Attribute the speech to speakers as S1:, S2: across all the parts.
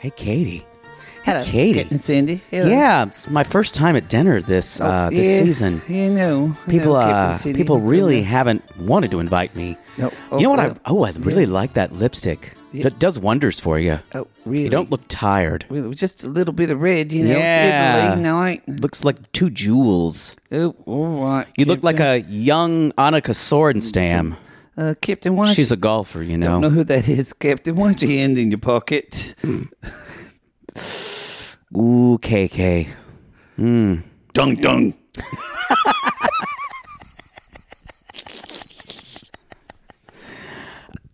S1: Hey, Katie.
S2: Hello,
S1: Katie.
S2: Kit and Cindy. Hello.
S1: Yeah, it's my first time at dinner this uh, this
S2: Oh, Yeah,
S1: season.
S2: You know, I
S1: People,
S2: know Kit and
S1: uh,
S2: Cindy.
S1: people really
S2: Yeah.
S1: haven't wanted to invite me.
S2: No. Oh,
S1: you know what?
S2: well,
S1: I oh, I really like that lipstick.
S2: Yeah.
S1: That does wonders for you.
S2: Oh, really?
S1: You don't look tired.
S2: Really, just a little bit of red, you know.
S1: Yeah.
S2: It's Italy night.
S1: Looks like two jewels.
S2: Oh, all right.
S1: You look like a young Annika Sorenstam.
S2: uh, Captain. Why
S1: She's
S2: She's
S1: a golfer, you
S2: don't know
S1: know.
S2: who that is, Captain. Why's your hand in your pocket?
S1: Ooh, KK.
S2: dung dung.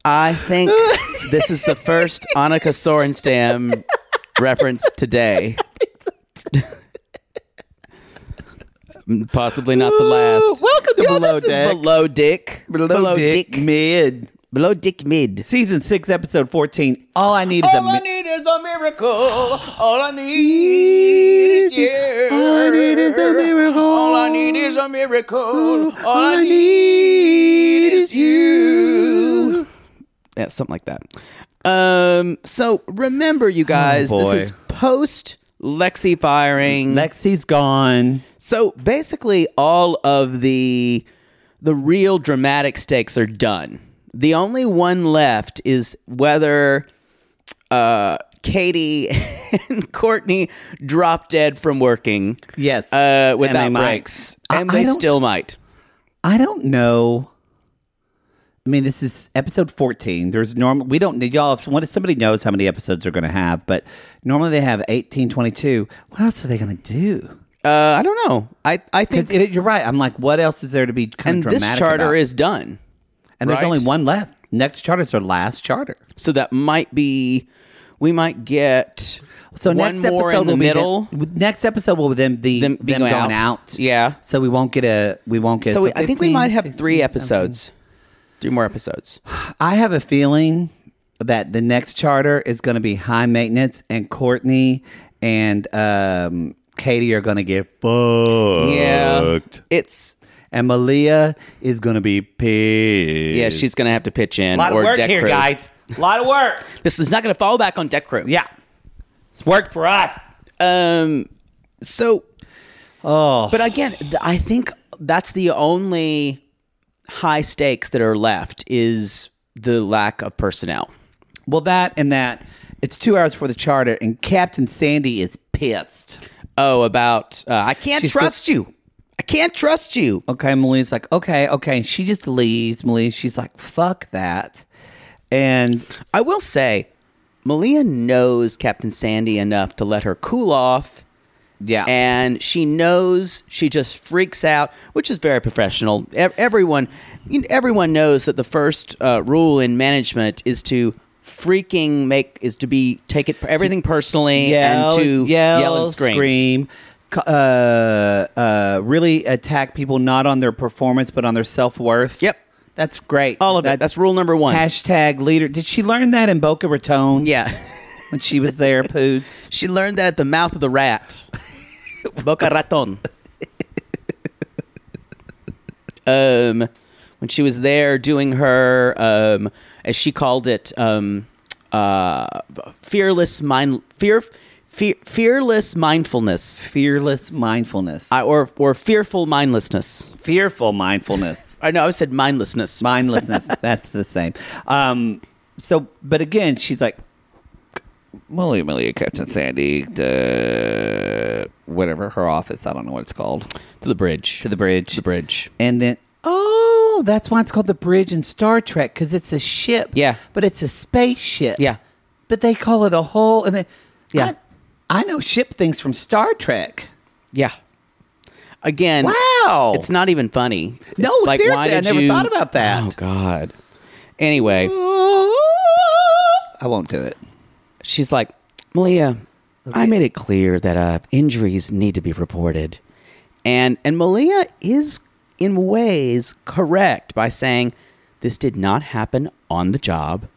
S1: I think this is the first Annika Sorenstam reference today. Possibly not the last.
S2: welcome to
S1: Yo,
S2: Below
S1: this is
S2: Deck.
S1: below dick.
S2: Below, dick, mid.
S1: Below dick mid.
S2: Season six, episode fourteen. All I need is a.
S1: All I
S2: mi-
S1: need is a miracle. All I need is you.
S2: All I need is a miracle.
S1: All I need is a miracle. All, I,
S2: I
S1: need is you. Yeah, something like that. Um. So remember, you guys,
S2: boy.
S1: this is post Lexi firing.
S2: Lexi's gone.
S1: so basically, all of the the real dramatic stakes are done. The only one left is whether uh, Katie and Courtney drop dead from working
S2: Yes.
S1: uh,
S2: with
S1: without breaks,
S2: I-
S1: and
S2: I
S1: they
S2: don't-
S1: still might.
S2: I don't know. I mean, this is episode fourteen. There's normal. We don't need y'all. If one- if somebody knows how many episodes they're going to have, but normally they have 18, 22. What else are they going to do?
S1: Uh, I don't know. I I
S2: 'Cause
S1: think
S2: it- you're right. I'm like, what else is there to be kind
S1: and
S2: of
S1: this
S2: dramatic?
S1: charter
S2: about?
S1: is done,
S2: and there's
S1: right.
S2: only one left. Next charter is our last charter.
S1: so that might be we might get
S2: So
S1: one
S2: next
S1: more
S2: episode
S1: in the
S2: will
S1: middle.
S2: Be them, next episode will be them the
S1: Them
S2: them,
S1: be
S2: going,
S1: going
S2: out.
S1: out. Yeah.
S2: So we won't get a we won't get.
S1: so we, I think we
S2: 15,
S1: might have three
S2: 16,
S1: episodes, three more episodes.
S2: I have a feeling that the next charter is going to be high maintenance, and Courtney and um, Katie are going to get fucked.
S1: Yeah, it's
S2: And Malia is going to be pissed.
S1: yeah. She's gonna have to pitch in.
S2: a lot of
S1: or
S2: work
S1: deck
S2: here,
S1: crew.
S2: guys. A lot of work.
S1: This is not gonna fall back on deck crew.
S2: yeah, it's work for us.
S1: Um. So. Oh. But again, th- I think that's the only high stakes that are left is the lack of personnel.
S2: Well, that and that. It's two hours for the charter, and Captain Sandy is pissed.
S1: Oh, about uh, I can't
S2: She's
S1: trust you. I can't trust you.
S2: Okay, Malia's like, okay, okay. She just leaves. Malia, she's like, fuck that. And
S1: I will say, Malia knows Captain Sandy enough to let her cool off.
S2: yeah.
S1: and she knows she just freaks out, which is very professional. E- Everyone, you know, everyone knows that the first uh, rule in management is to freaking make is to be take it everything personally
S2: yell,
S1: and to
S2: yell,
S1: and scream.
S2: c- uh, uh, really attack people not on their performance but on their self worth.
S1: Yep.
S2: that's great.
S1: All of it.
S2: That-
S1: That's rule number one.
S2: Hashtag leader. Did she learn that in Boca Raton?
S1: yeah,
S2: when she was there, Poots.
S1: she learned that at the mouth of the rat, Boca Raton. um, when she was there doing her, um, as she called it, um, uh, fearless mind, fear, Fear, fearless mindfulness,
S2: Fearless mindfulness.
S1: I, or or fearful mindlessness.
S2: Fearful mindfulness.
S1: I know I said mindlessness.
S2: mindlessness. That's the same. Um, so, but again, she's like, Molly, Amelia, Captain Sandy, the whatever her office. I don't know what it's called.
S1: to the bridge.
S2: To the bridge.
S1: the bridge.
S2: And then, oh, that's why it's called the bridge in Star Trek because it's a ship.
S1: Yeah.
S2: But it's a spaceship.
S1: Yeah.
S2: But they call it a hole. And then,
S1: Yeah.
S2: I, I know ship things from Star Trek.
S1: Yeah. Again,
S2: Wow.
S1: it's not even funny.
S2: No,
S1: It's like, why
S2: seriously, I
S1: did
S2: never
S1: you-
S2: thought about that.
S1: Oh God. Anyway,
S2: I won't do it.
S1: she's like, Malia, I made it clear that uh, injuries need to be reported, and and Malia is in ways correct by saying this did not happen on the job.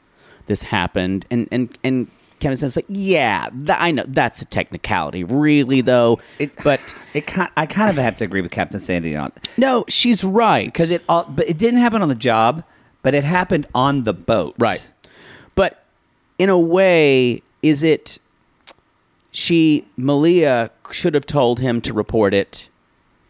S1: This happened, and and and Kevin says like, yeah, tha- I know that's a technicality, really though,
S2: It-
S1: but.
S2: It kind, I kind of have to agree with Captain Sandy on
S1: No, she's right.
S2: because it all, but it didn't happen on the job, but it happened on the boat.
S1: Right. But in a way, is it she Malia should have told him to report it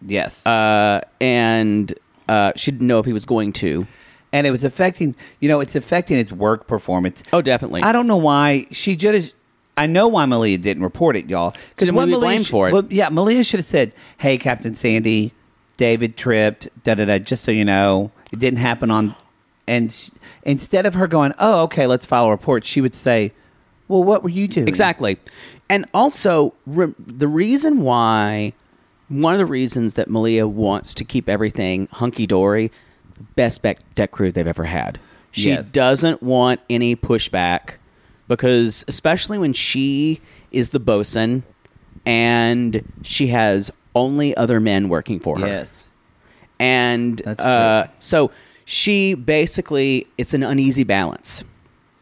S2: Yes.
S1: uh, and uh, she didn't know if he was going to.
S2: and it was affecting. You know, it's affecting his work performance.
S1: Oh, definitely.
S2: I don't know why she just. I know why Malia didn't report it, y'all.
S1: She didn't
S2: what
S1: wanna be
S2: Malia
S1: blamed
S2: sh-
S1: for it.
S2: Well, yeah, Malia should have said, "Hey, Captain Sandy, David tripped. Da da da. Just so you know, it didn't happen on." And sh- instead of her going, "Oh, okay, let's file a report," she would say, "Well, what were you doing?"
S1: Exactly. And also, re- the reason why, one of the reasons that Malia wants to keep everything hunky dory, best bec- deck crew they've ever had. She
S2: Yes.
S1: doesn't want any pushback because, especially when she is the bosun and she has only other men working for her.
S2: Yes.
S1: And
S2: That's
S1: uh,
S2: true.
S1: so she basically, it's an uneasy balance.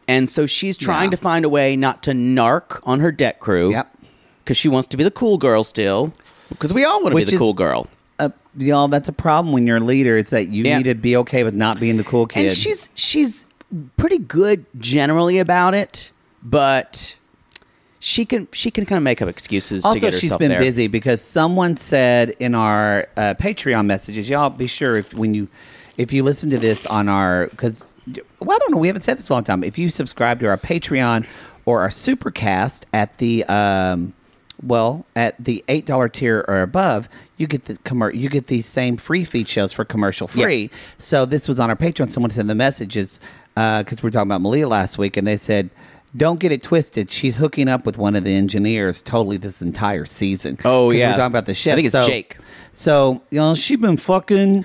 S1: And so she's trying to
S2: Yeah.
S1: find a way not to narc on her deck crew.
S2: Yep.
S1: Because she wants to be the cool girl still. Because we all want to be
S2: Which
S1: the
S2: is-
S1: cool girl.
S2: uh, y'all, that's a problem when you're a leader. It's that you
S1: Yeah.
S2: need to be okay with not being the cool kid.
S1: And she's she's pretty good generally about it, but she can she can kind of make up excuses to
S2: also
S1: get
S2: she's
S1: herself
S2: been
S1: there.
S2: busy because someone said in our uh, Patreon messages, y'all be sure if when you if you listen to this on our because well, I don't know, we haven't said this in a long time. If you subscribe to our Patreon or our Supercast at the um, well at the eight dollar tier or above, you get the commer- you get these same free feed shows for commercial free. So this was on our Patreon. Someone sent the messages because we were talking about Malia last week, and they said, "Don't get it twisted. She's hooking up with one of the engineers totally this entire season."
S1: Oh,
S2: 'Cause
S1: yeah.
S2: we're talking about the chef.
S1: I think it's
S2: so,
S1: Jake.
S2: So you know she been fucking,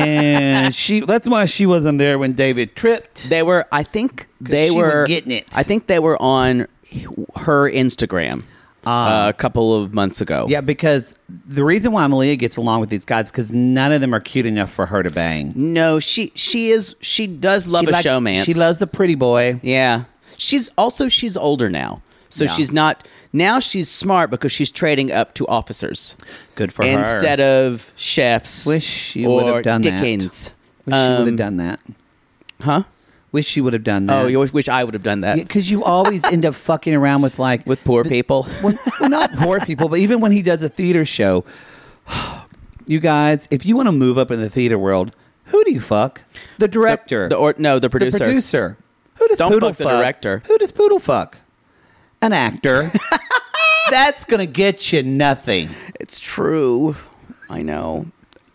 S2: and she that's why she wasn't there when David tripped.
S1: They were I think they
S2: she was
S1: were
S2: getting it.
S1: I think they were on her Instagram uh, a couple of months ago.
S2: Ah. yeah, because the reason why Malia gets along with these guys because none of them are cute enough for her to bang.
S1: No, she she is she does love
S2: she
S1: a
S2: like-
S1: showman.
S2: She loves a pretty boy.
S1: Yeah. She's also she's older now. So
S2: Yeah.
S1: she's not now she's smart because she's trading up to officers
S2: Good for her.
S1: instead of chefs.
S2: Wish she
S1: or
S2: would have done
S1: Dickens.
S2: that. Wish she would have done that.
S1: Huh?
S2: Wish she would have done that.
S1: Oh, you always wish I would have done that.
S2: because you always end up fucking around with like
S1: With poor people.
S2: when, well, not poor people, but even when he does a theater show, you guys, if you want to move up in the theater world, who do you fuck? The director,
S1: The or no, the producer.
S2: The producer. Who does
S1: Don't
S2: poodle
S1: fuck the director.
S2: Who does poodle fuck? An actor. That's gonna get you nothing.
S1: It's true. I know.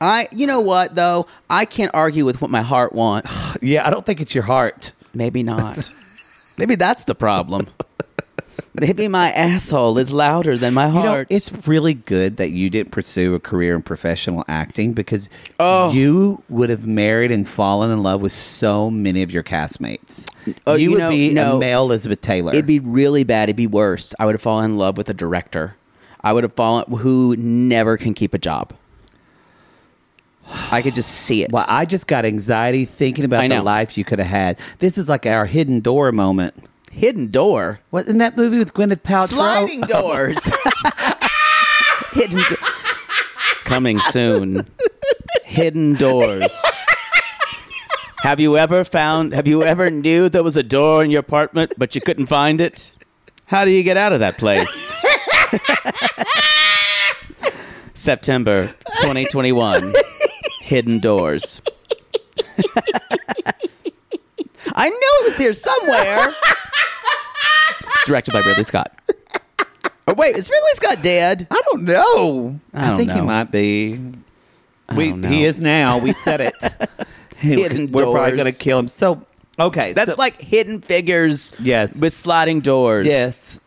S1: I you know what though? I can't argue with what my heart wants.
S2: Yeah, I don't think it's your heart.
S1: Maybe not. Maybe that's the problem. Maybe my asshole is louder than my
S2: You know,
S1: heart.
S2: it's really good that you didn't pursue a career in professional acting because
S1: Oh.
S2: you would have married and fallen in love with so many of your castmates.
S1: Oh,
S2: you,
S1: you
S2: would
S1: know,
S2: be a
S1: no.
S2: male Elizabeth Taylor.
S1: It'd be really bad. It'd be worse. I would have fallen in love with a director. I would have fallen who never can keep a job. I could just see it.
S2: well, I just got anxiety thinking about
S1: I
S2: the
S1: know.
S2: life you could have had. This is like our hidden door moment.
S1: Hidden door.
S2: What in that movie with Gwyneth Paltrow?
S1: Sliding doors. Hidden do- Coming soon. Hidden doors. Have you ever found have you ever knew there was a door in your apartment but you couldn't find it? How do you get out of that place? September 2021. Hidden Doors. I knew it was here somewhere. It's directed by Ridley Scott. Oh wait, is Ridley Scott dead?
S2: I don't know.
S1: I don't
S2: think he
S1: know.
S2: might be. We
S1: don't know.
S2: he is now. We said it. He-
S1: Hidden
S2: We're probably
S1: doors.
S2: gonna kill him. So okay,
S1: That's
S2: so-
S1: like Hidden Figures.
S2: Yes.
S1: with sliding doors.
S2: yes.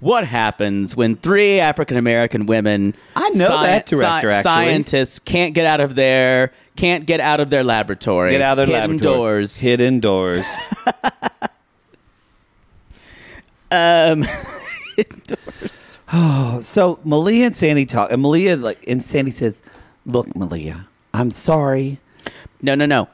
S1: What happens when three African American women?
S2: I know that director, actually.
S1: Scientists can't get out of their can't get out of their laboratory.
S2: Get out of their
S1: Hidden
S2: laboratory.
S1: doors.
S2: Hidden doors.
S1: Um,
S2: Oh, so Malia and Sandy talk, and Malia like, and Sandy says, "Look, Malia, I'm sorry."
S1: no, no, no.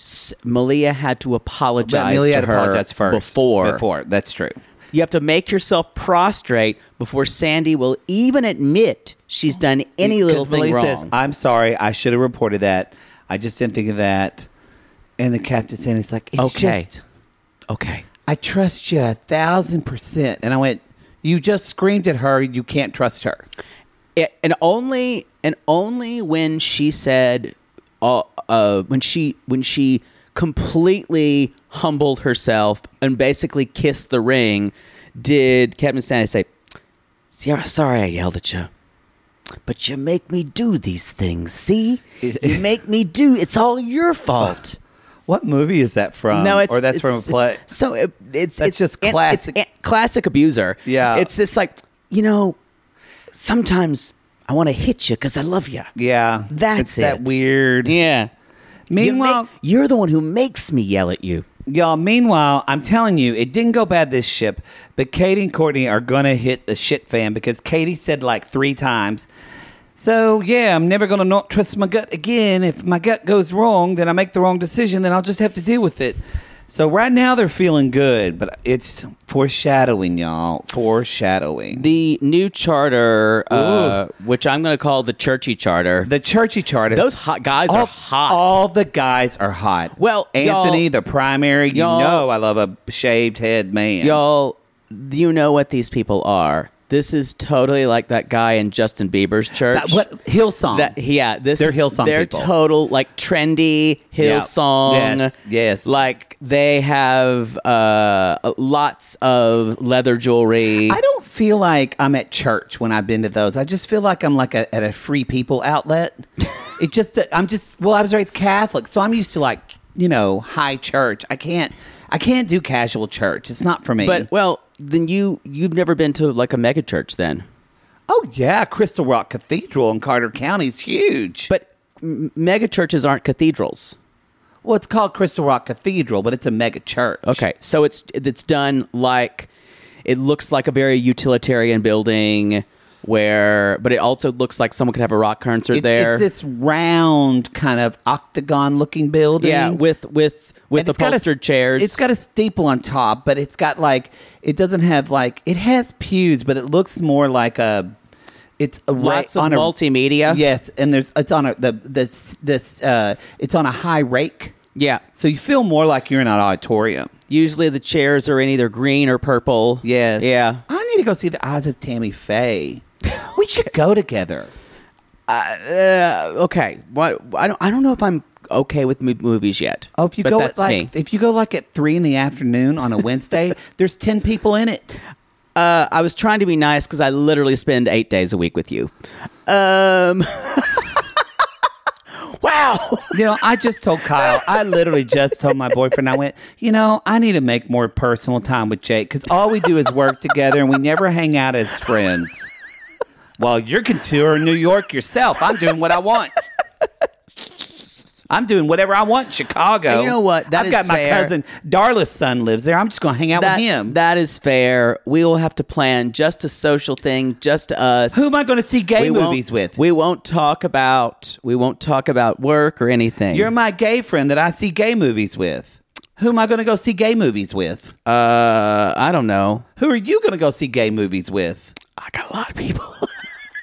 S1: S- Malia had to
S2: But
S1: apologize
S2: Malia
S1: to
S2: had
S1: her
S2: apologized first
S1: before.
S2: Before that's true.
S1: You have to make yourself prostrate before Sandy will even admit she's done any little
S2: 'Cause
S1: thing
S2: Malia
S1: wrong.
S2: Says, I'm sorry. I should have reported that. I just didn't think of that. And the captain said, "It's like it's
S1: Okay.
S2: just-
S1: okay.
S2: I trust you a thousand percent." And I went, "You just screamed at her. You can't trust her."
S1: it, and only and only when she said uh, uh, when she when she completely humbled herself and basically kissed the ring did captain sandy say sierra sorry i yelled at you but you make me do these things see you make me do it's all your fault
S2: What movie is that from? or that's from a play.
S1: it's- so it, it's
S2: That's
S1: it's
S2: just
S1: an-
S2: classic.
S1: It's an- classic abuser.
S2: Yeah.
S1: it's this like you know. Sometimes I want to hit you because I love you.
S2: yeah,
S1: That's
S2: it's that
S1: it.
S2: weird.
S1: Yeah.
S2: Meanwhile,
S1: you are the one who makes me yell at you.
S2: Y'all, meanwhile, I'm telling you, it didn't go bad this ship, but Katie and Courtney are gonna hit the shit fan because Katie said like three times, So yeah, I'm never gonna not trust my gut again. If my gut goes wrong, then I make the wrong decision, then I'll just have to deal with it. So right now they're feeling good, but it's foreshadowing, y'all. Foreshadowing. The,
S1: The new charter, uh, which I'm going to call the churchy charter.
S2: churchy chart.
S1: those hot guys
S2: all,
S1: are hot.
S2: All the guys are hot.
S1: Well, y'all-
S2: Anthony, the primary, you
S1: y'all-
S2: know I love a shaved head man.
S1: Y'all, you know what these people are. This is totally like that guy in Justin Bieber's church.
S2: That- what Hillsong?
S1: That yeah, this
S2: They're
S1: is-
S2: Hillsong
S1: They're
S2: people.
S1: total like trendy
S2: Yeah.
S1: Hillsong.
S2: Yes, yes.
S1: Like they have uh, lots of leather jewelry.
S2: I don't feel like I'm at church when I've been to those. I just feel like I'm like a, at a free people outlet. it just I'm just well, I was raised Catholic, so I'm used to like you know high church. I can't I can't do casual church. It's not for me.
S1: But well, then you you've never been to like a mega church then.
S2: oh yeah, Crystal Rock Cathedral in Carter County is huge.
S1: But m- mega churches aren't cathedrals.
S2: well, it's called Crystal Rock Cathedral, but it's a mega church.
S1: Okay, so it's it's done like it looks like a very utilitarian building where, but it also looks like someone could have a rock concert
S2: It's,
S1: there.
S2: it's this round kind of octagon looking building.
S1: yeah, with with with
S2: And it's got a-
S1: upholstered chairs.
S2: It's got a steeple on top, but it's got like it doesn't have like it has pews, but it looks more like a. It's a ra-
S1: Lots of
S2: on a,
S1: multimedia.
S2: Yes, and there's it's on a the this this uh it's on a high rake,
S1: yeah.
S2: so you feel more like you're in an auditorium.
S1: Usually the chairs are in either green or purple.
S2: Yes.
S1: Yeah.
S2: I need to go see the Eyes of Tammy Faye. We should go together.
S1: Uh, okay. What I don't I don't know if I'm okay with mo- movies yet.
S2: Oh, if you
S1: But
S2: go at
S1: that's
S2: like
S1: me.
S2: if you go like at three in the afternoon on a Wednesday, there's ten people in it.
S1: Uh, I was trying to be nice because I literally spend eight days a week with you. Um. wow.
S2: You know, I just told Kyle, I literally just told my boyfriend, I went, you know, I need to make more personal time with Jake because all we do is work together and we never hang out as friends. Well, you're can tour in New York yourself. I'm doing what I want. I'm doing whatever I want, in Chicago.
S1: And you know what? That
S2: I've
S1: is
S2: got my
S1: fair.
S2: cousin Darla's son lives there. I'm just gonna hang out
S1: That,
S2: with him.
S1: that is fair. We will have to plan just a social thing, just us.
S2: Who am I gonna see
S1: we
S2: gay
S1: won't-
S2: movies with?
S1: We won't talk about we won't talk about work or anything.
S2: you're my gay friend that I see gay movies with. Who am I gonna go see gay movies with?
S1: uh, I don't know.
S2: Who are you gonna go see gay movies with?
S1: I got a lot of people.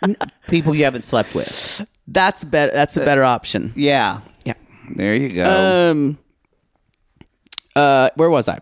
S2: People you haven't slept with.
S1: that's better. That's a
S2: Uh,
S1: better option.
S2: Yeah.
S1: Yeah.
S2: There you go.
S1: Um. Uh, where was I?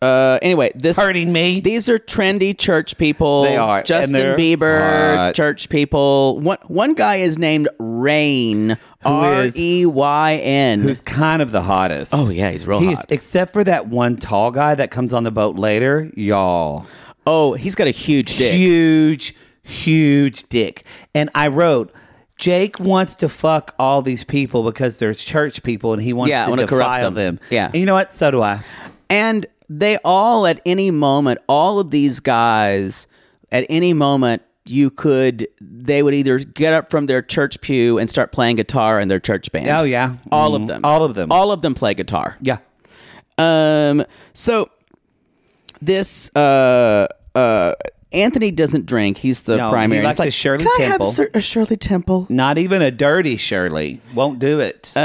S1: Uh, anyway, this
S2: Hurting me.
S1: These are trendy church people.
S2: They are, and
S1: Justin
S2: they're
S1: Bieber,
S2: hot.
S1: church people. One one guy is named Rain. R
S2: is-
S1: E Y N.
S2: who's kind of the hottest.
S1: Oh, yeah, he's real hot.
S2: Except for that one tall guy that comes on the boat later, y'all.
S1: Oh, he's got a huge dick.
S2: Huge, huge dick. And I wrote. Jake wants to fuck all these people because they're church people and he wants
S1: Yeah, I
S2: to
S1: wanna corrupt
S2: defile
S1: them.
S2: them.
S1: Yeah.
S2: And you know what? So do I.
S1: And they all, at any moment, all of these guys, at any moment, you could, they would either get up from their church pew and start playing guitar in their church band.
S2: Oh, yeah.
S1: All
S2: Mhm.
S1: of them.
S2: All of them.
S1: All of them play guitar.
S2: Yeah.
S1: Um, so this, uh, uh, Anthony doesn't drink. He's the
S2: No, he
S1: primary.
S2: likes
S1: He's like
S2: a Shirley
S1: Can I
S2: Temple."
S1: have Sir- a Shirley Temple?
S2: Not even a dirty Shirley. Won't do it.
S1: Uh,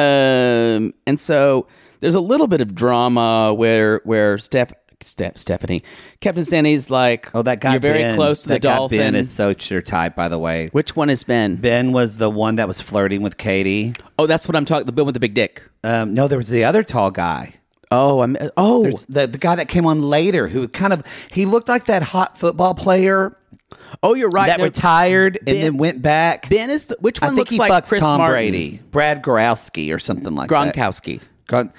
S1: Um, and so there's a little bit of drama where where Steph, Steph Stephanie Captain Sandy's like,
S2: oh, that guy.
S1: you're very
S2: Ben-
S1: close to the
S2: that guy
S1: dolphin."
S2: Ben is so your type, by the way.
S1: Which one is Ben?
S2: Ben was the one that was flirting with Katie.
S1: Oh, that's what I'm talking. The Ben with the big dick.
S2: Um, no, there was the other tall guy.
S1: Oh, I'm. Oh,
S2: The, the guy that came on later who kind of he looked like that hot football player
S1: oh, you're right.
S2: that
S1: No,
S2: retired
S1: Ben-
S2: and then went back.
S1: Ben is the which
S2: I
S1: one
S2: think
S1: looks
S2: he
S1: like
S2: fucks
S1: Chris
S2: Tom
S1: Martin?
S2: Brady, Brad Gronkowski or something like that.
S1: Gronkowski.
S2: Gron-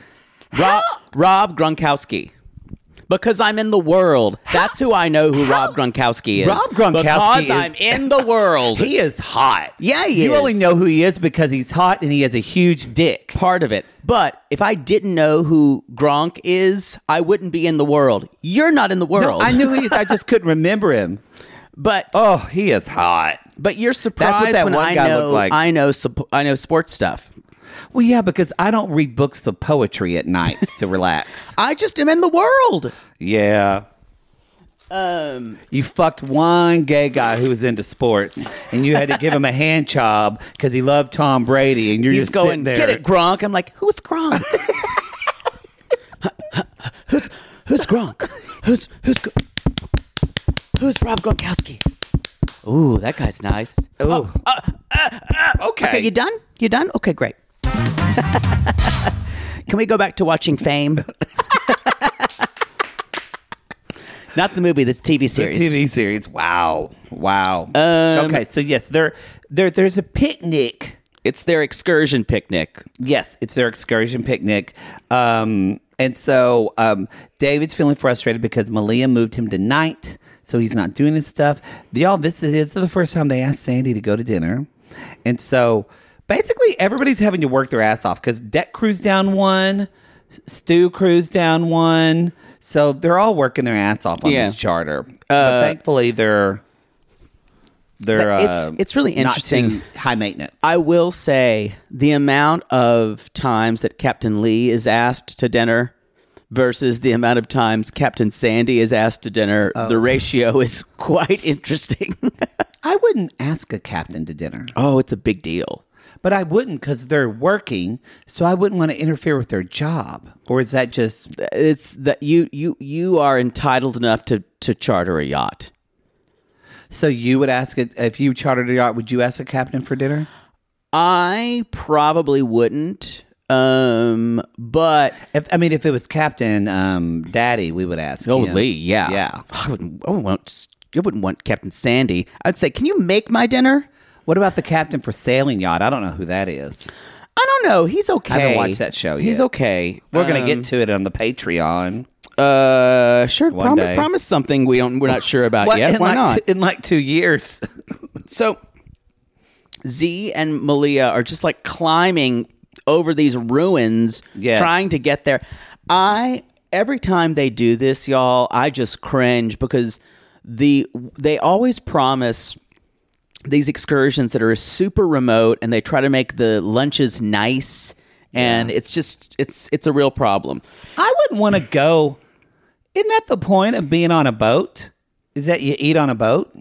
S1: Rob, Rob Gronkowski. Because I'm in the world. That's who I know who Rob Gronkowski is.
S2: Rob Gronkowski
S1: Because
S2: is-
S1: I'm in the world.
S2: He is hot.
S1: Yeah, he
S2: you
S1: is.
S2: only know who he is because he's hot and he has a huge dick.
S1: part of it. But if I didn't know who Gronk is, I wouldn't be in the world. You're not in the
S2: No,
S1: world.
S2: I knew he is. I just couldn't remember him.
S1: But
S2: Oh, he is hot.
S1: but you're surprised
S2: that
S1: when
S2: one
S1: I
S2: guy
S1: know
S2: looked like.
S1: I know sup- I know sports stuff.
S2: Well, yeah, because I don't read books of poetry at night to relax.
S1: I just am in the world.
S2: Yeah. Um, you fucked one gay guy who was into sports, and you had to give him a hand job because he loved Tom Brady, and you're
S1: He's
S2: just sitting
S1: going,
S2: there.
S1: get it, Gronk. I'm like, who's Gronk? who's who's Gronk? Who's who's Gr- who's Rob Gronkowski? Ooh, that guy's nice.
S2: Ooh. okay.
S1: Okay, you done? You done? Okay, great. Can we go back to watching Fame? Not the movie, the TV
S2: The
S1: series. Um,
S2: TV series. Wow. Wow. okay. So yes, there, there, there's a picnic.
S1: It's their excursion picnic.
S2: Yes, it's their excursion picnic. Um, and so um, David's feeling frustrated because Malia moved him to night, so he's not doing his stuff. Y'all, this is, this is the first time they asked Sandy to go to dinner. And so basically, everybody's having to work their ass off because Deck Crew's down one, Stu Crew's down one. So they're all working their ass off on
S1: Yeah. Uh,
S2: this charter. but thankfully, they're. They're,
S1: It's-
S2: uh,
S1: it's really
S2: not
S1: interesting.
S2: too high maintenance.
S1: I will say the amount of times that Captain Lee is asked to dinner versus the amount of times Captain Sandy is asked to dinner, the ratio is quite interesting.
S2: I wouldn't ask a captain to dinner.
S1: oh, it's a big deal.
S2: But I wouldn't because they're working, so I wouldn't want to interfere with their job. Or is that just
S1: It's that you you you are entitled enough to to charter a yacht.
S2: so you would ask it if you chartered a yacht? Would you ask a captain for dinner?
S1: I probably wouldn't. Um, but
S2: If, I mean, if it was Captain um, Daddy, we would ask.
S1: Oh,
S2: him. yeah.
S1: I wouldn't. I wouldn't want. I wouldn't want Captain Sandy. I'd say, can you make my dinner?
S2: What about the captain for sailing yacht? I don't know who that is.
S1: I don't know. He's okay.
S2: watched that show
S1: He's
S2: yet. Uh,
S1: okay.
S2: We're gonna
S1: Um,
S2: get to it on the Patreon.
S1: Uh, sure.
S2: one
S1: Promi-
S2: day.
S1: promise something we don't. We're not sure about
S2: What,
S1: yet.
S2: in
S1: uh, Why
S2: like
S1: not?
S2: two- in like two years?
S1: So Z and Malia are just like climbing over these ruins,
S2: Yes.
S1: trying to get there. I every time they do this, y'all, I just cringe because the they always promise these excursions that are super remote and they try to make the lunches nice and it's just it's it's a real problem.
S2: I wouldn't want to go. Isn't that the point of being on a boat? Is that you eat on a boat?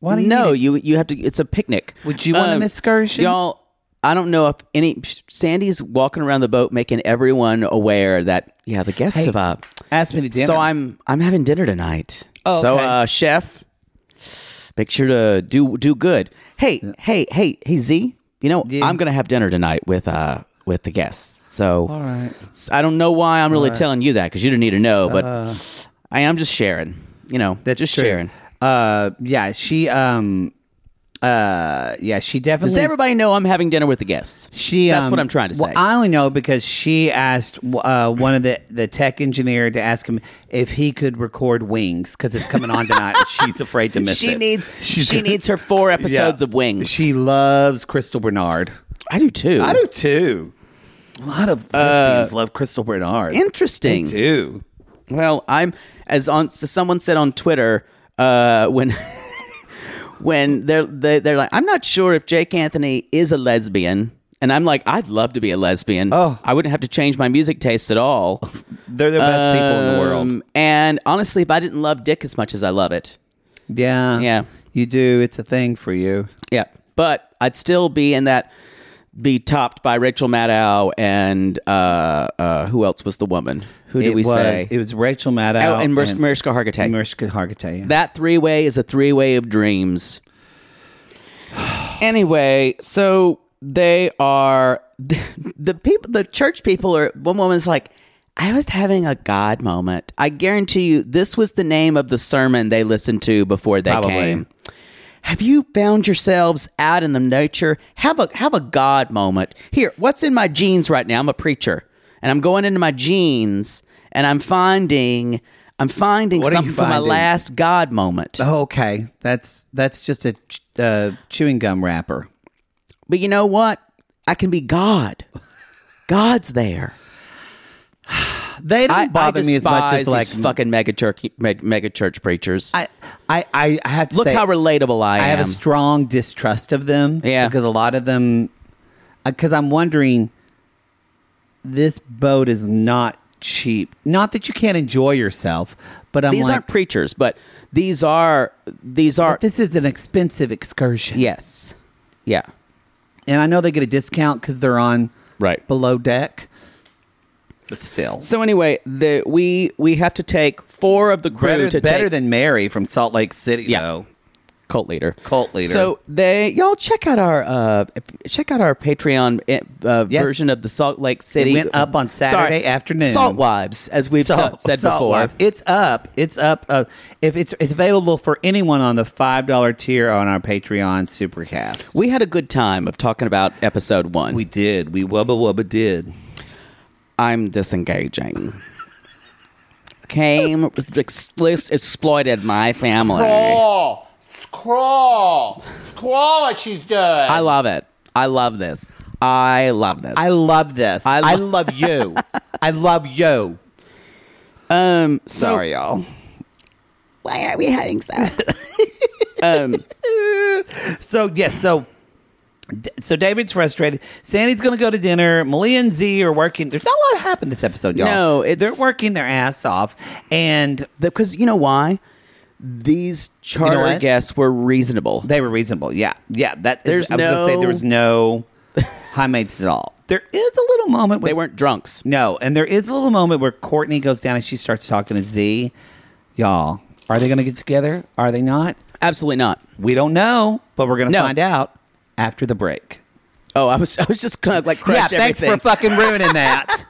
S2: Why do you
S1: no,
S2: eat
S1: you you have to. It's a picnic. Um,
S2: Would you want an excursion?
S1: y'all? I don't know if any Sandy's walking around the boat making everyone aware that yeah the guests
S2: Hey,
S1: have uh,
S2: Ask me to dinner.
S1: So I'm I'm having dinner tonight.
S2: Oh,
S1: so
S2: okay.
S1: uh, chef, make sure to do do good. Hey hey hey hey Z, you know I'm gonna have dinner tonight with uh with the guests. So
S2: All right.
S1: I don't know why I'm really telling you that because you didn't need to know, but I am just sharing. You know,
S2: Uh, That's
S1: just
S2: true.
S1: sharing.
S2: Uh, yeah, she. Um, uh, yeah, she definitely.
S1: Does everybody know I'm having dinner with the guests?
S2: She.
S1: That's
S2: um,
S1: what I'm trying to say.
S2: well, I only know because she asked uh, one of the the tech engineer to ask him if he could record Wings because it's coming on tonight. and she's afraid to miss
S1: she
S2: it.
S1: needs
S2: She's-
S1: she needs her four
S2: Yeah.
S1: episodes of Wings.
S2: She loves Crystal Bernard.
S1: I do too.
S2: I do too. A lot of lesbians love Crystal Bernard.
S1: Interesting.
S2: They do.
S1: Well, I'm as on so someone said on Twitter uh, when when they're they, they're like, I'm not sure if Jake Anthony is a lesbian, and I'm like, I'd love to be a lesbian.
S2: Oh.
S1: I wouldn't have to change my music taste at all.
S2: They're the best people in the world.
S1: Um, And honestly, if I didn't love dick as much as I love it,
S2: Yeah.
S1: Yeah.
S2: You do. It's a thing for you.
S1: yeah, but I'd still be in that. Be topped by Rachel Maddow and uh, uh, who else was the woman? Who did
S2: it
S1: we
S2: was,
S1: say?
S2: It was Rachel Maddow.
S1: Oh, and Mariska- Mariska Hargitay.
S2: Mariska Hargitay. yeah.
S1: That three way is a three way of dreams. anyway, so they are the, people, the church people are. One woman's like, I was having a God moment. I guarantee you, this was the name of the sermon they listened to before they
S2: Probably.
S1: came. Have you found yourselves out in the nature? Have a have a God moment. Here, what's in my jeans right now? I'm a preacher, and I'm going into my jeans, and I'm finding I'm finding
S2: What are you
S1: something for my
S2: finding?
S1: last God moment.
S2: Oh, okay. That's that's just a ch- uh, chewing gum wrapper.
S1: But you know what? I can be God. God's there.
S2: They don't
S1: I, I
S2: bother me as much
S1: despise
S2: as like
S1: these fucking mega church meg- mega church preachers.
S2: I, I I I have to
S1: Look
S2: say,
S1: how relatable I,
S2: I
S1: am.
S2: have a strong distrust of them.
S1: Yeah.
S2: because a lot of them, because I'm wondering, this boat is not cheap. Not that you can't enjoy yourself, but I'm
S1: these
S2: like,
S1: aren't preachers, but these are these are
S2: but this is an expensive excursion.
S1: yes, yeah,
S2: and I know they get a discount because they're on
S1: right.
S2: below deck, but still.
S1: So anyway, the we we have to take four of the crew
S2: Better,
S1: to
S2: better
S1: take
S2: than Mary from Salt Lake City,
S1: Yeah.
S2: though.
S1: cult leader.
S2: Cult leader.
S1: So they y'all check out our uh check out our Patreon uh,
S2: Yes.
S1: version of the Salt Lake City.
S2: It went up on Saturday afternoon.
S1: Salt wives, as we've
S2: Salt-
S1: said
S2: Salt
S1: before.
S2: Life. It's up. It's up. Uh, if it's it's available for anyone on the five dollar tier on our Patreon Supercast.
S1: We had a good time of talking about episode one.
S2: did. We wubba wubba did.
S1: I'm disengaging. Came expl- exploited my family.
S3: Scrawl, scrawl, scrawl what she's doing.
S1: I love it. I love this. I love this.
S2: I love this.
S1: I
S2: I,
S1: lo-
S2: love you. I love you.
S1: um so-
S2: Sorry, y'all.
S1: Why are we having sex?
S2: So yes, so d- so David's frustrated. Sandy's going to go to dinner. Malia and Z are working. There's not a lot happened this episode, y'all.
S1: No, it's-
S2: they're working their ass off, and
S1: Because you know why? These charter
S2: what?
S1: guests were reasonable.
S2: they were reasonable. Yeah, yeah. That is,
S1: There's
S2: I was going to say there was no high mates at all. There is a little moment. With,
S1: They weren't drunks.
S2: No, and there is a little moment where Courtney goes down and she starts talking to Z. Y'all, are they going to get together? Are they not?
S1: Absolutely not.
S2: We don't know, but we're going to
S1: No.
S2: find out after the break.
S1: Oh, I was I was just kind of like
S2: Yeah,
S1: crushed
S2: thanks
S1: everything.
S2: for fucking ruining that.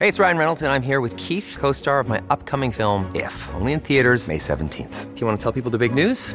S4: Hey, it's Ryan Reynolds, and I'm here with Keith, co star of my upcoming film, If, only in theaters, May 17th. Do you want to tell people the big news?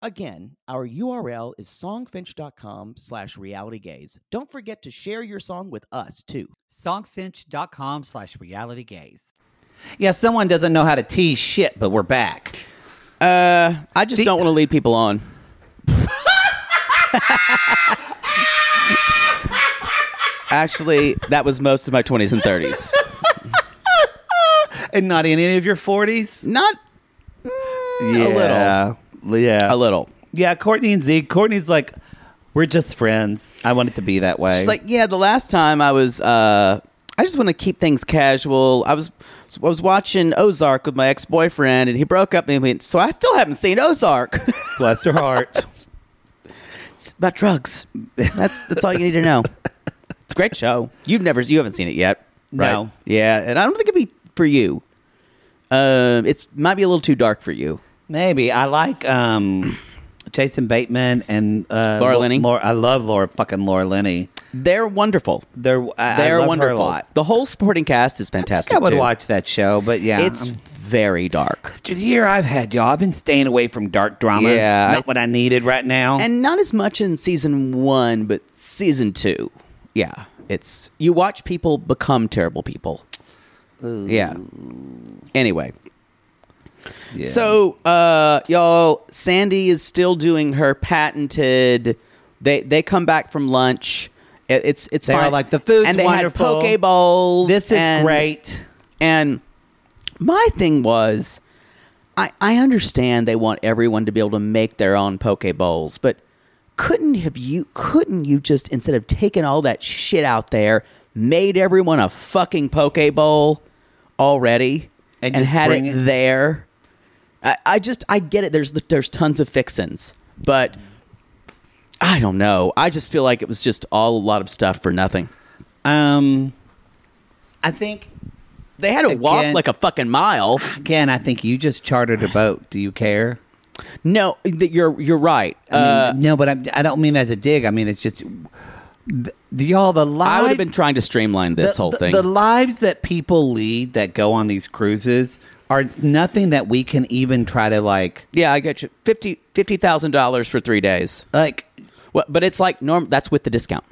S1: Again, our URL is songfinch.com slash realitygaze. Don't forget to share your song with us, too.
S2: Songfinch.com slash realitygaze. Yeah, someone doesn't know how to tease shit, but we're back.
S5: Uh, I just don't want to lead people on. Actually, that was most of my 20s and 30s.
S2: And not in any of your 40s?
S5: Not
S1: mm,
S2: Yeah. A little. Yeah.
S5: a little.
S2: Yeah, Courtney and Zeke. Courtney's like, we're just friends. I want it to be that way.
S5: She's like, yeah, the last time I was, uh, I just want to keep things casual. I was, I was watching Ozark with my ex boyfriend, and he broke up and he went. So I still haven't seen Ozark.
S2: bless her heart.
S5: it's about drugs. That's that's all you need to know. It's a great show. You've never, you haven't seen it yet, right?
S2: No.
S5: Yeah, and I don't think it'd be for you. Um, it's might be a little too dark for you.
S2: Maybe I like um, Jason Bateman and uh,
S5: Laura
S2: Lo-
S5: Linney?
S2: Laura, I love Laura fucking Laura Linney.
S5: They're wonderful.
S2: They're I,
S5: They're
S2: I love
S5: wonderful.
S2: Her a lot.
S5: The whole supporting cast is fantastic.
S2: I would
S5: too.
S2: watch um, that show, but yeah,
S5: It's
S2: I'm-
S5: very dark.
S2: just the year I've had y'all. I've been staying away from dark dramas.
S5: Yeah,
S2: not
S5: I-
S2: what I needed right now.
S5: and not as much in season one, but season two. Yeah, it's you watch people become terrible people. Yeah. Anyway,
S2: Yeah.
S5: so uh, y'all, Sandy is still doing her patented. They they come back from lunch. It, it's it's
S2: They are
S5: fine.
S2: like, "The food's
S5: and they
S2: wonderful.
S5: Had poke bowls.
S2: this is
S5: and-
S2: great.
S5: And my thing was,
S1: I, I understand they want everyone to be able to make their own poke bowls, but couldn't have you couldn't you just instead of taking all that shit out there, made everyone a fucking poke bowl already
S2: And
S1: and,
S2: just
S1: had it,
S2: bring it-
S1: there? I, I just I get it. There's there's tons of fixins, but I don't know. I just feel like it was just all a lot of stuff for nothing.
S2: Um, I think
S1: They had to walk
S2: Again-
S1: like a fucking mile.
S2: again. I think you just chartered a boat. Do you care?
S1: No, th- you're you're right.
S2: I mean,
S1: Uh,
S2: no, but I, I don't mean as a dig. I mean it's just th- y'all the lives.
S1: I would have been trying to streamline this
S2: the,
S1: whole
S2: the-
S1: thing.
S2: The lives that people lead that go on these cruises are it's nothing that we can even try to like
S1: yeah, I get you. Fifty fifty thousand dollars for three days.
S2: like.
S1: Well, but it's like norm. That's with the discount.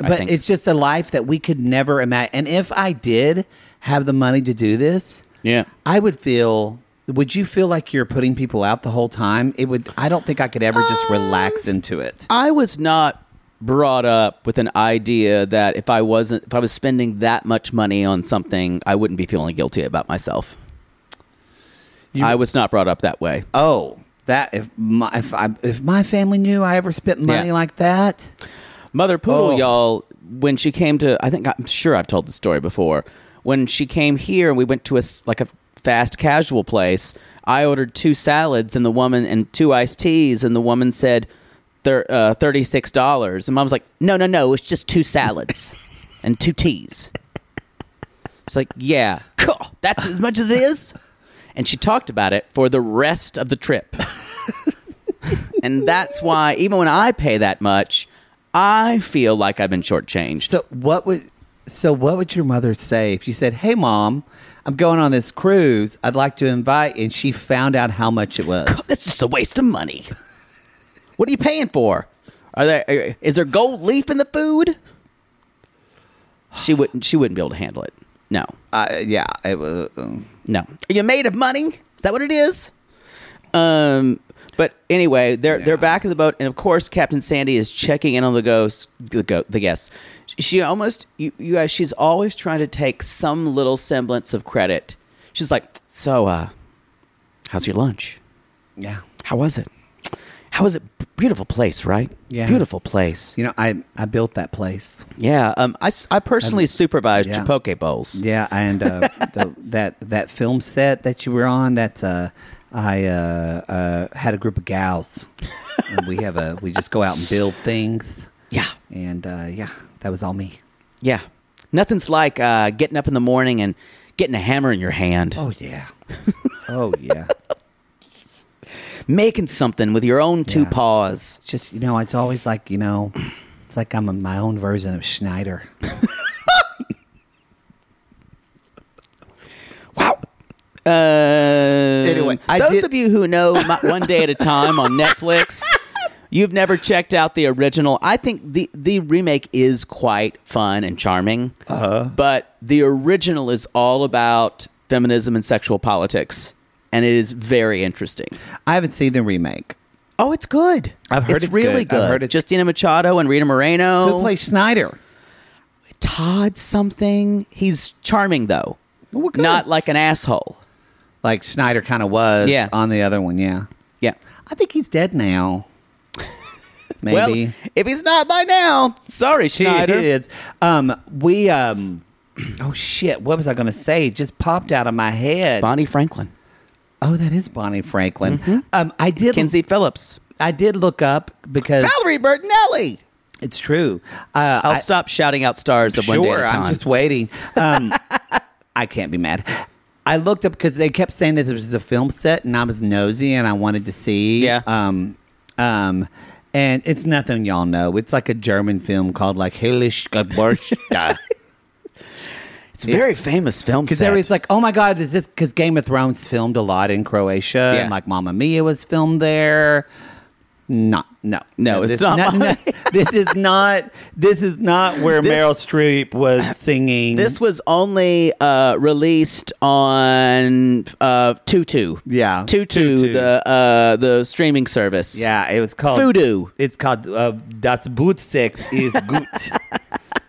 S1: I
S2: But
S1: think.
S2: it's just a life that we could never imagine. And if I did have the money to do this,
S1: yeah.
S2: I would feel. Would you feel like you're putting people out the whole time? It would. I don't think I could ever just relax into it.
S1: I was not brought up with an idea that if I wasn't if I was spending that much money on something, I wouldn't be feeling guilty about myself. I was not brought up that way.
S2: Oh, that if my if I if my family knew I ever spent money
S1: Yeah.
S2: like that,
S1: Mother Poodle,
S2: Oh.
S1: y'all, when she came to, I think I'm sure I've told the story before. When she came here and we went to a s- like a fast casual place, I ordered two salads and the woman and two iced teas, and the woman said thir- uh, thirty six dollars, and mom was like, "No, no, no, it's just two salads and two teas." It's like, yeah, cool. That's as much as it is. And she talked about it for the rest of the trip. and that's why, even when I pay that much, I feel like I've been shortchanged.
S2: So what would so what would your mother say if you said, "Hey, mom, I'm going on this cruise. I'd like to invite," and she found out how much it was?
S1: It's just a waste of money. What are you paying for? Are there uh, is there gold leaf in the food? She wouldn't. She wouldn't be able to handle it. No,
S2: Uh, yeah, it was. um,
S1: no. Are you made of money? Is that what it is? Um. But anyway, they're they're back in the boat, and of course, Captain Sandy is checking in on the ghosts, the, go- the guests. She almost, you, you guys, she's always trying to take some little semblance of credit. She's like, "So, uh, how's your lunch?"
S2: yeah,
S1: How was it? How was it? Beautiful place, right?
S2: Yeah.
S1: Beautiful place.
S2: you know, I I built that place.
S1: Yeah. Um, I, s- I personally supervised
S2: yeah.
S1: your poke bowls.
S2: Yeah, and uh, the, that that film set that you were on. That's uh, I uh, uh, had a group of gals. and we have a we just go out and build things,
S1: Yeah.
S2: and uh, yeah, that was all me.
S1: Yeah. Nothing's like uh, getting up in the morning and getting a hammer in your hand,
S2: Oh yeah, oh yeah.
S1: making something with your own two
S2: Yeah.
S1: paws.
S2: just you know, it's always like you know, it's like I'm my own version of Schneider.
S1: Wow. Uh, anyway,
S2: I
S1: those
S2: did-
S1: of you who know my, One Day at a Time on Netflix, you've never checked out the original. I think the the remake is quite fun and charming, uh-huh. but the original is all about feminism and sexual politics, and it is very interesting.
S2: I haven't seen the remake.
S1: Oh, it's good.
S2: I've heard
S1: it's,
S2: it's
S1: really
S2: good.
S1: good.
S2: I've heard it's-
S1: Justina Machado and Rita Moreno.
S2: Who plays Schneider?
S1: Todd something? He's charming though,
S2: Well, good.
S1: not like an asshole.
S2: Like Schneider kind of was
S1: Yeah.
S2: on the other one. Yeah,
S1: Yeah.
S2: I think he's dead now. Maybe
S1: Well, if he's not by now, sorry,
S2: She
S1: Schneider.
S2: is. Um, we um, oh shit, what was I going to say? It just popped out of my head.
S1: Bonnie Franklin,
S2: oh, that is Bonnie Franklin.
S1: Mm-hmm.
S2: Um, I did.
S1: Kinsey Phillips,
S2: I did look up because
S1: Valerie Bertinelli.
S2: it's true. Uh,
S1: I'll
S2: I-
S1: stop shouting out stars of
S2: sure,
S1: one day at a time.
S2: I'm just waiting. Um, I can't be mad. I looked up because they kept saying that this was a film set, and I was nosy and I wanted to see.
S1: Yeah.
S2: Um, um, and it's nothing y'all know. It's like a German film called like Hellish Geburtstag.
S1: it's a very famous film
S2: Because
S1: set.
S2: everybody's like, oh my God, is this because Game of Thrones filmed a lot in Croatia and
S1: Yeah.
S2: like Mamma Mia was filmed there? Not, no,
S1: No, it's
S2: this,
S1: not Mamma
S2: this is not. This is not where
S1: This-
S2: Meryl Streep was singing.
S1: this was only uh, released on uh, Tutu.
S2: Yeah,
S1: Tutu,
S2: Tutu.
S1: the uh, the streaming service.
S2: Yeah, it was called
S1: Voodoo.
S2: It's called uh, Das Bootsex is gut.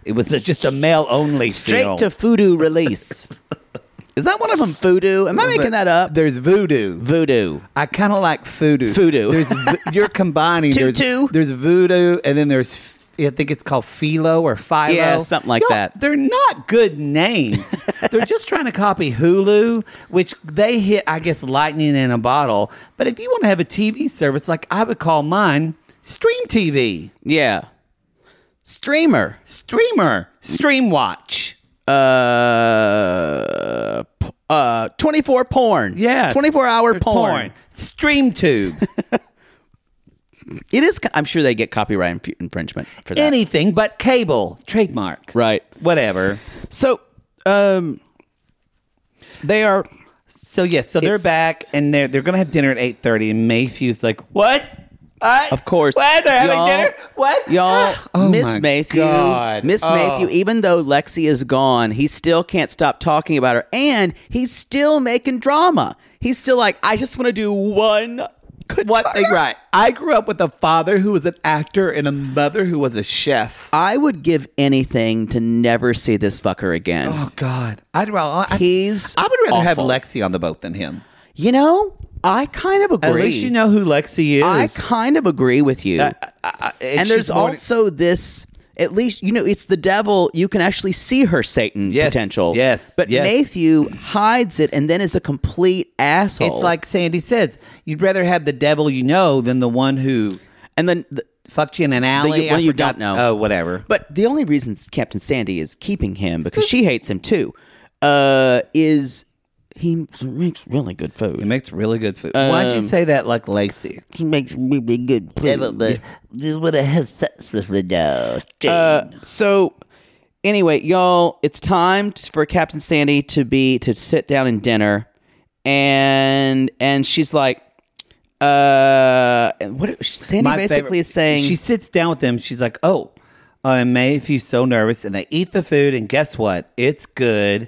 S2: it was just a male only
S1: straight to Fudu release. Is that one of them voodoo? Am I making that up?
S2: There's voodoo.
S1: voodoo.
S2: I kind of like voodoo.
S1: Voodoo.
S2: There's v- you're combining. there's,
S1: Tutu.
S2: there's voodoo, and then there's f- I think it's called philo or philo.
S1: Yeah, something like
S2: Y'all,
S1: that.
S2: They're not good names. they're just trying to copy Hulu, which they hit, I guess, lightning in a bottle. But if you want to have a TV service, like I would call mine, Stream TV,
S1: Yeah. Streamer.
S2: Streamer, Stream Watch.
S1: Uh, p- uh, 24 porn.
S2: Yeah, it's-
S1: 24 hour
S2: or
S1: porn.
S2: Stream Tube.
S1: It is, co- I'm sure they get copyright inf- infringement for that.
S2: Anything but cable trademark.
S1: Right.
S2: Whatever.
S1: So, um, they are,
S2: So yes, so they're
S1: It's-
S2: back and they're they're gonna have dinner at eight thirty, and Maythew's like, "What? What?
S1: of course,
S2: What? They're having
S1: y'all-
S2: dinner? What?
S1: Y'all,
S2: Oh
S1: Miss
S2: my
S1: Matthew,
S2: God.
S1: Miss
S2: Oh.
S1: Matthew. Even though Lexi is gone, he still can't stop talking about her, and he's still making drama. He's still like, I just want to do one. Good
S2: What?
S1: turn."
S2: Right. I grew up with a father who was an actor and a mother who was a chef.
S1: I would give anything to never see this fucker again.
S2: Oh God, I'd rather I,
S1: He's
S2: I would rather have
S1: awful.
S2: Lexi on the boat than him.
S1: You know, I kind of agree.
S2: At least you know who Lexi is. uh,
S1: I kind of agree with you.
S2: and,
S1: and
S2: she's
S1: there's
S2: more-
S1: also this at least you know it's the devil you can actually see her satan
S2: Yes,
S1: potential
S2: yes,
S1: but
S2: yes.
S1: matthew hides it and then is a complete asshole
S2: It's like Sandy says, you'd rather have the devil you know than the one who
S1: and then the,
S2: fucked you in an alley.
S1: one
S2: I
S1: you
S2: forgot-
S1: don't know.
S2: Oh, whatever.
S1: but the only reason captain sandy is keeping him because she hates him too uh is he makes really good food Um,
S2: He makes really good food. Why'd you say that like Lacey?
S1: he makes really good food
S2: Just want to have sex with the dog.
S1: Uh, so anyway, y'all, it's time t- for Captain Sandy to be to sit down and dinner, and and she's like, uh, what Sandy basically is saying,
S2: She sits down with them. She's like, oh, uh, and Mayfew's so nervous. And they eat the food. And guess what? It's good.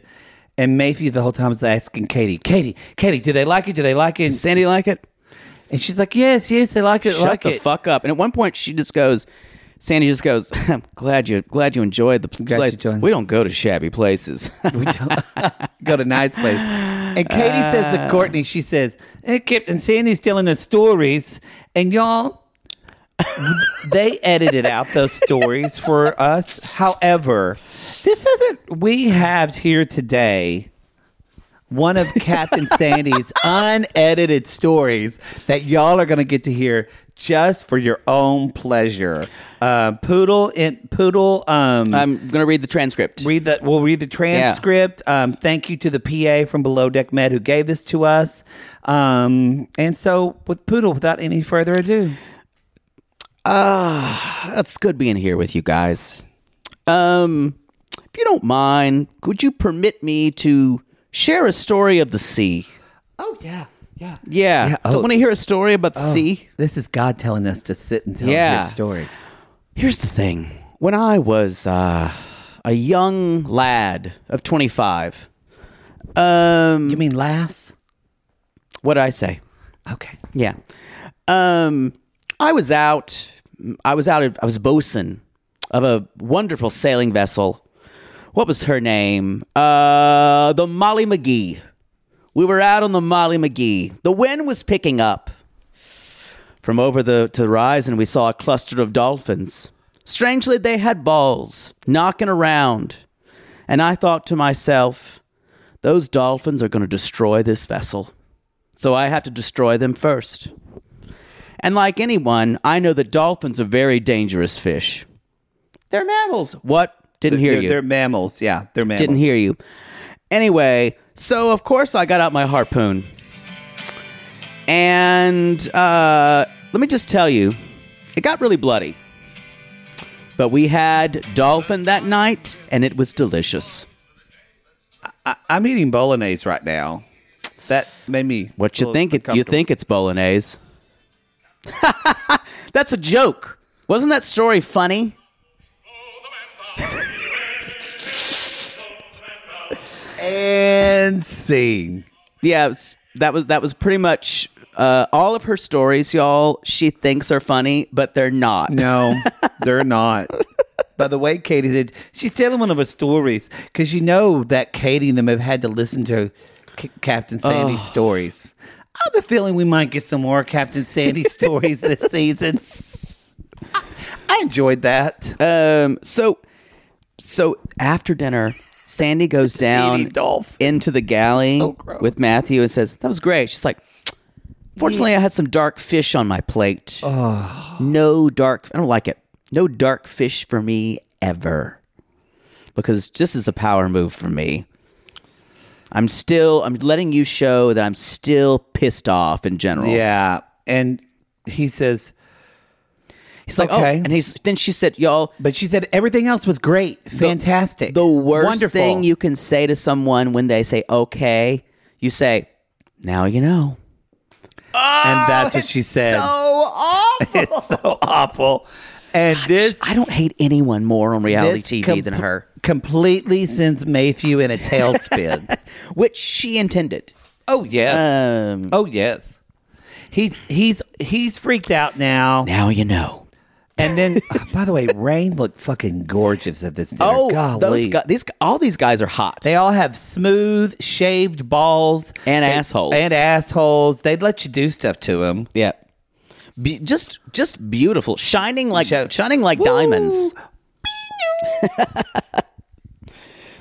S2: And Mayfew the whole time is asking Katie, Katie, Katie, do they like it? Do they like it?
S1: "Does Sandy like it?
S2: And she's like, yes, yes, they like it.
S1: Shut
S2: like
S1: the
S2: it.
S1: fuck up. And at one point, she just goes, Sandy just goes, I'm glad you glad you enjoyed the pl-
S2: Glad you
S1: place.
S2: joined.
S1: We don't go to shabby places.
S2: We don't go to Nice Place. And Katie says to Courtney, she says, eh, Captain Sandy's telling us stories. And y'all, they edited out those stories for us. However, this isn't, we have here today one of Captain Sandy's unedited stories that y'all are going to get to hear just for your own pleasure. Uh, poodle in poodle. Um,
S1: I'm gonna read the transcript.
S2: Read that. We'll read the transcript. Um, thank you to the PA from Below Deck Med who gave this to us. Um, and so, with Poodle, without any further ado,
S1: That's Ah, good being here with you guys. Um, if you don't mind, could you permit me to share a story of the sea?
S2: oh yeah, yeah,
S1: Yeah.
S2: Yeah,
S1: Don't
S2: oh.
S1: want to hear a story about the sea?
S2: This is God telling us to sit and tell
S1: Yeah.
S2: your story.
S1: Here's the thing. When I was uh, a young lad of 25, um,
S2: You mean laughs?
S1: what did I say?
S2: Okay.
S1: Yeah. Um, I was out. I was out. I was bosun of a wonderful sailing vessel. What was her name? Uh, the Molly McGee. We were out on the Molly McGee. The wind was picking up from over the to the horizon. We saw a cluster of dolphins. Strangely, they had balls knocking around, and I thought to myself, "Those dolphins are going to destroy this vessel." so I have to destroy them first. And like anyone, I know that dolphins are very dangerous fish. They're mammals. What? Didn't hear
S2: they're,
S1: you.
S2: they're mammals. Yeah, they're mammals.
S1: Didn't hear you. Anyway, so of course I got out my harpoon. And uh, let me just tell you, it got really bloody. But we had dolphin that night, and it was delicious.
S2: I'm eating bolognese right now. That made me.
S1: What
S2: a
S1: you
S2: little
S1: think? It, you
S2: uncomfortable.
S1: think it's bolognese? That's a joke. Wasn't that story funny?
S2: And scene.
S1: Yeah, it was- that was that was pretty much uh, all of her stories, y'all. She thinks are funny, but they're not.
S2: No, they're not. by the way Katie did. She's telling one of her stories because you know that Katie and them have had to listen to C- Captain Sandy's stories. I have a feeling we might get some more Captain Sandy stories this season. I enjoyed that.
S1: Um, so, so after dinner, Sandy goes down
S2: Eating Dolph.
S1: into the galley
S2: So gross.
S1: with Matthew and says, "That was great." She's like, "Fortunately, I had some dark fish on my plate. No dark. I don't like it. No dark fish for me ever, because this is a power move for me." I'm still. I'm letting you show that I'm still pissed off in general.
S2: Yeah, and he says,
S1: he's like, okay.
S2: okay.
S1: oh, and he's. Then she said, "Y'all,
S2: but she said everything else was great, fantastic,
S1: The worst
S2: wonderful.
S1: thing you can say to someone when they say okay, you say, "Now you know."
S2: and that's what she said.
S1: Oh, awful.
S2: it's so awful. And this
S1: I don't hate anyone more on reality
S2: this
S1: TV than
S2: com-
S1: her,
S2: completely sends Mayhew in a tailspin.
S1: which she intended.
S2: oh yes,
S1: Um,
S2: oh yes. He's he's he's freaked out now.
S1: now you know.
S2: And then, by the way, Rain looked fucking gorgeous at this dinner.
S1: Oh,
S2: Golly.
S1: those guys, these all these guys are hot.
S2: They all have smooth, shaved balls
S1: And
S2: They-
S1: assholes.
S2: and assholes. They'd let you do stuff to them.
S1: yeah, Be- just just beautiful, shining like
S2: Show-
S1: shining like diamonds.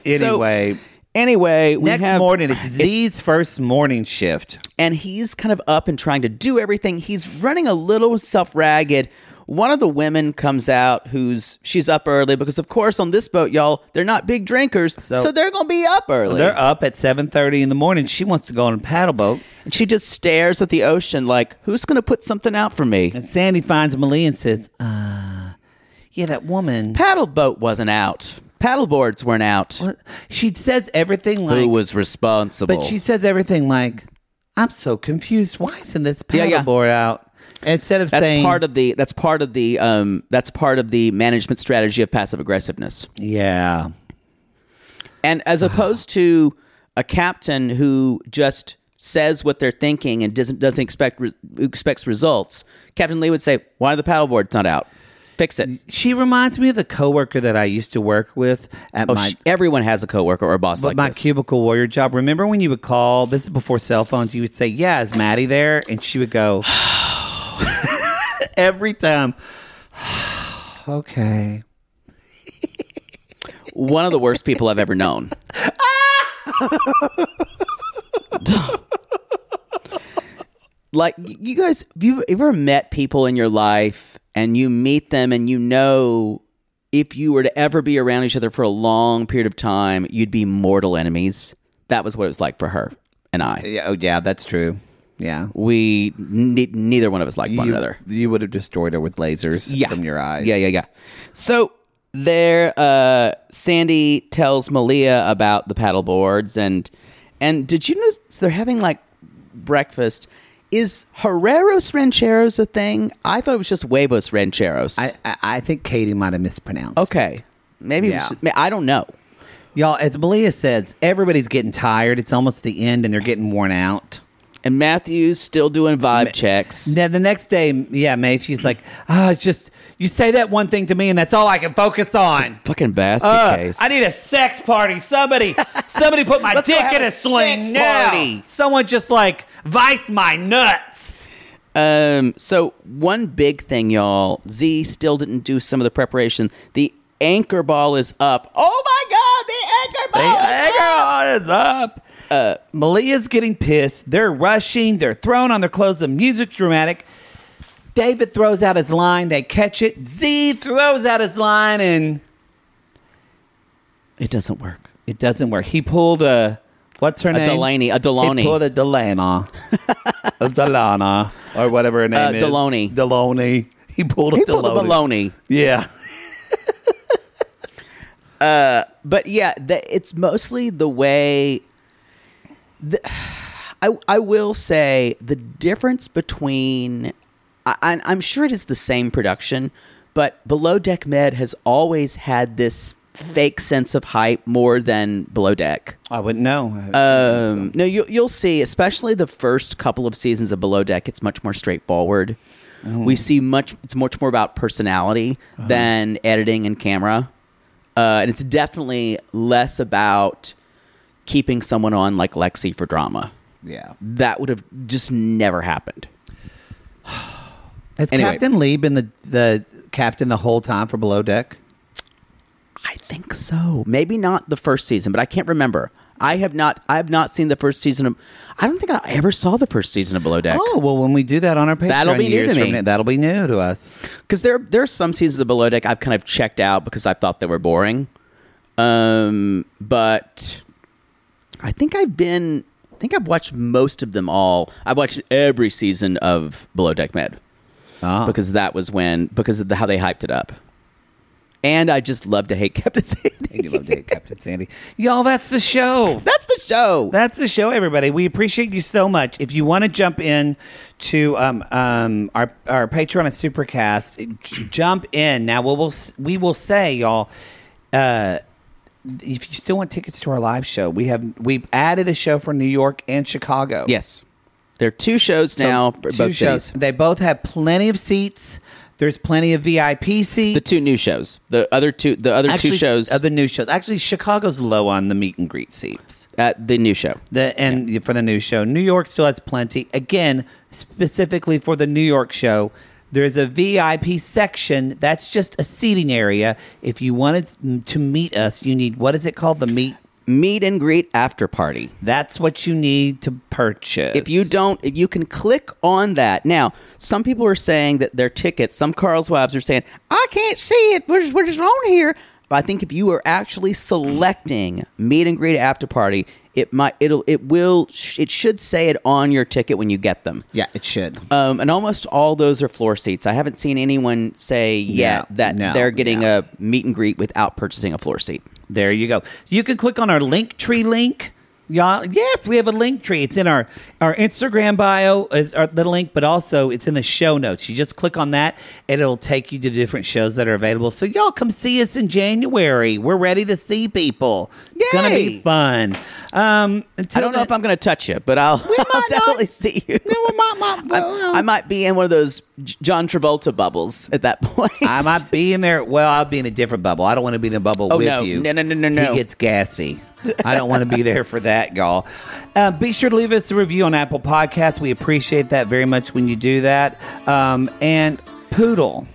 S2: Anyway,
S1: Anyway, we
S2: next
S1: have-
S2: morning it's Z's first morning shift.
S1: and he's kind of up and trying to do everything. He's running a little self ragged. One of the women comes out who's she's up early because of course on this boat, y'all, they're not big drinkers, so, they're gonna be up early.
S2: They're up at seven thirty in the morning. She wants to go on a paddle boat.
S1: And she just stares at the ocean like, who's gonna put something out for me?
S2: And Sandy finds Malie and says, "Uh, yeah, that woman."
S1: Paddle boat wasn't out. Paddle boards weren't out.
S2: She says everything like,
S1: Who was responsible?
S2: but she says everything like, "I'm so confused. Why isn't this
S1: Yeah,
S2: paddle
S1: yeah.
S2: board out?" Instead of
S1: that's
S2: saying,
S1: part of the that's part of the um that's part of the management strategy of passive aggressiveness.
S2: "Yeah,
S1: And as opposed to a captain who just says what they're thinking and doesn't doesn't expect re- expects results, Captain Lee would say, "Why are the paddleboards not out? Fix it."
S2: She reminds me of the coworker that I used to work with at
S1: Oh,
S2: my
S1: sh- everyone has a coworker or a boss
S2: but
S1: like
S2: my
S1: this.
S2: cubicle warrior job. Remember when you would call? This is before cell phones. You would say, "Yeah, is Maddie there?" And she would go every time. okay.
S1: One of the worst people I've ever known. like you guys, have you ever met people in your life and you meet them and you know if you were to ever be around each other for a long period of time, you'd be mortal enemies. That was what it was like for her and I.
S2: Yeah, oh yeah, that's true. Yeah.
S1: We ne- neither one of us liked one
S2: you,
S1: another.
S2: You would have destroyed her with lasers
S1: yeah.
S2: from your eyes.
S1: Yeah, yeah, yeah. So there, uh, Sandy tells Malia about the paddle boards, and and did you notice they're having like breakfast? Is Herreros Rancheros a thing? I thought it was just huevos rancheros.
S2: I, I, I think Katie might have mispronounced.
S1: okay, maybe it was- I don't know.
S2: Y'all, as Malia says, everybody's getting tired. It's almost the end and they're getting worn out.
S1: And Matthew's still doing vibe checks.
S2: Now the next day, yeah, Mayfew's like, ah, it's just you say that one thing to me, and that's all I can focus on.
S1: Fucking basket
S2: Uh,
S1: case.
S2: I need a sex party. Somebody, somebody put my
S1: Let's go
S2: dick
S1: have
S2: in
S1: a
S2: a
S1: sex
S2: sling now.
S1: party.
S2: Someone just like vice my nuts.
S1: Um, so one big thing, y'all. Z still didn't do some of the preparation. The anchor ball is up. Oh my god, the
S2: They-
S1: anchor ball! is
S2: Hey,
S1: up!
S2: girl, it's up.
S1: Uh,
S2: Malia's getting pissed. They're rushing. They're throwing on their clothes. The music's dramatic. David throws out his line. They catch it. Z throws out his line, and
S1: It doesn't work.
S2: It doesn't work. He pulled a what's her
S1: A
S2: name?
S1: Delaney- a Deloney.
S2: He pulled a Delana, a Delana, or whatever her name
S1: Uh,
S2: is.
S1: Deloney.
S2: Deloney. He pulled a
S1: He
S2: Deloney.
S1: pulled a baloney.
S2: Yeah.
S1: But yeah, the, it's mostly the way. The, I I will say the difference between, I, I- I'm sure it is the same production, but Below Deck Med has always had this fake sense of hype more than Below Deck.
S2: I wouldn't know.
S1: Um, no, you, you'll see, especially the first couple of seasons of Below Deck, it's much more straightforward. We see much, it's much more about personality than editing and camera. Uh, and it's definitely less about keeping someone on like Lexi for drama.
S2: yeah.
S1: That would have just never happened.
S2: Has
S1: Anyway.
S2: Captain Lee been the, the captain the whole time for Below Deck?
S1: I think so. Maybe not the first season, but I can't remember. I have not. I have not seen the first season of. I don't think I ever saw the first season of Below Deck.
S2: Oh well, when we do that on our Patreon,
S1: That'll be new
S2: years
S1: to
S2: from
S1: me.
S2: now- that'll be new to us.
S1: because there there are some seasons of Below Deck I've kind of checked out because I thought they were boring. Um, but I think I've been. I think I've watched most of them all. I've watched every season of Below Deck Med
S2: Ah.
S1: because that was when because of the, how they hyped it up. And I just love to hate Captain Sandy.
S2: And you love to hate Captain Sandy. Y'all, that's the show.
S1: That's the show.
S2: That's the show, everybody. We appreciate you so much. If you want to jump in to um, um, our our Patreon and Supercast, j- jump in now. We will s- we will say, y'all. Uh, if you still want tickets to our live show, we have we've added a show for New York and Chicago.
S1: Yes. There are two shows now. for
S2: two
S1: both
S2: shows.
S1: cities.
S2: They both have plenty of seats. There's plenty of VIP seats.
S1: The two new shows. The other two. The other
S2: Actually,
S1: two shows
S2: of the new shows. Actually, Chicago's low on the meet and greet seats.
S1: at the new show.
S2: The and for the new show, New York still has plenty. Again, specifically for the New York show, there's a VIP section that's just a seating area. If you wanted to meet us, you need what is it called? The meet.
S1: Meet and greet after party.
S2: That's what you need to purchase.
S1: If you don't, if you can click on that now. Some people are saying that their tickets. Some Carlswabs are saying, "I can't see it. We're just, we're just on here." But I think if you are actually selecting meet and greet after party, it might it'll it will sh- it should say it on your ticket when you get them.
S2: yeah, it should.
S1: Um, and almost all those are floor seats. I haven't seen anyone say yet
S2: No,
S1: that
S2: no,
S1: they're getting
S2: no.
S1: a meet and greet without purchasing a floor seat.
S2: There you go. You can click on our link tree link. Y'all, yes, we have a link tree. It's in our our Instagram bio is our, the link, but also it's in the show notes. You just click on that, and it'll take you to different shows that are available. So y'all come see us in January. We're ready to see people. It's gonna
S1: Yay!
S2: be fun. Um,
S1: I don't know if I'm going to touch you, but I'll, I'll
S2: might not.
S1: definitely see you. I, I might be in one of those J- John Travolta bubbles at that point.
S2: I might be in there. Well, I'll be in a different bubble. I don't want to be in a bubble
S1: Oh,
S2: with
S1: no.
S2: you.
S1: No, no, no, no, no.
S2: He gets gassy. I don't want to be there for that, y'all. Uh, be sure to leave us a review on Apple Podcasts. We appreciate that very much when you do that. Um, and Poodle.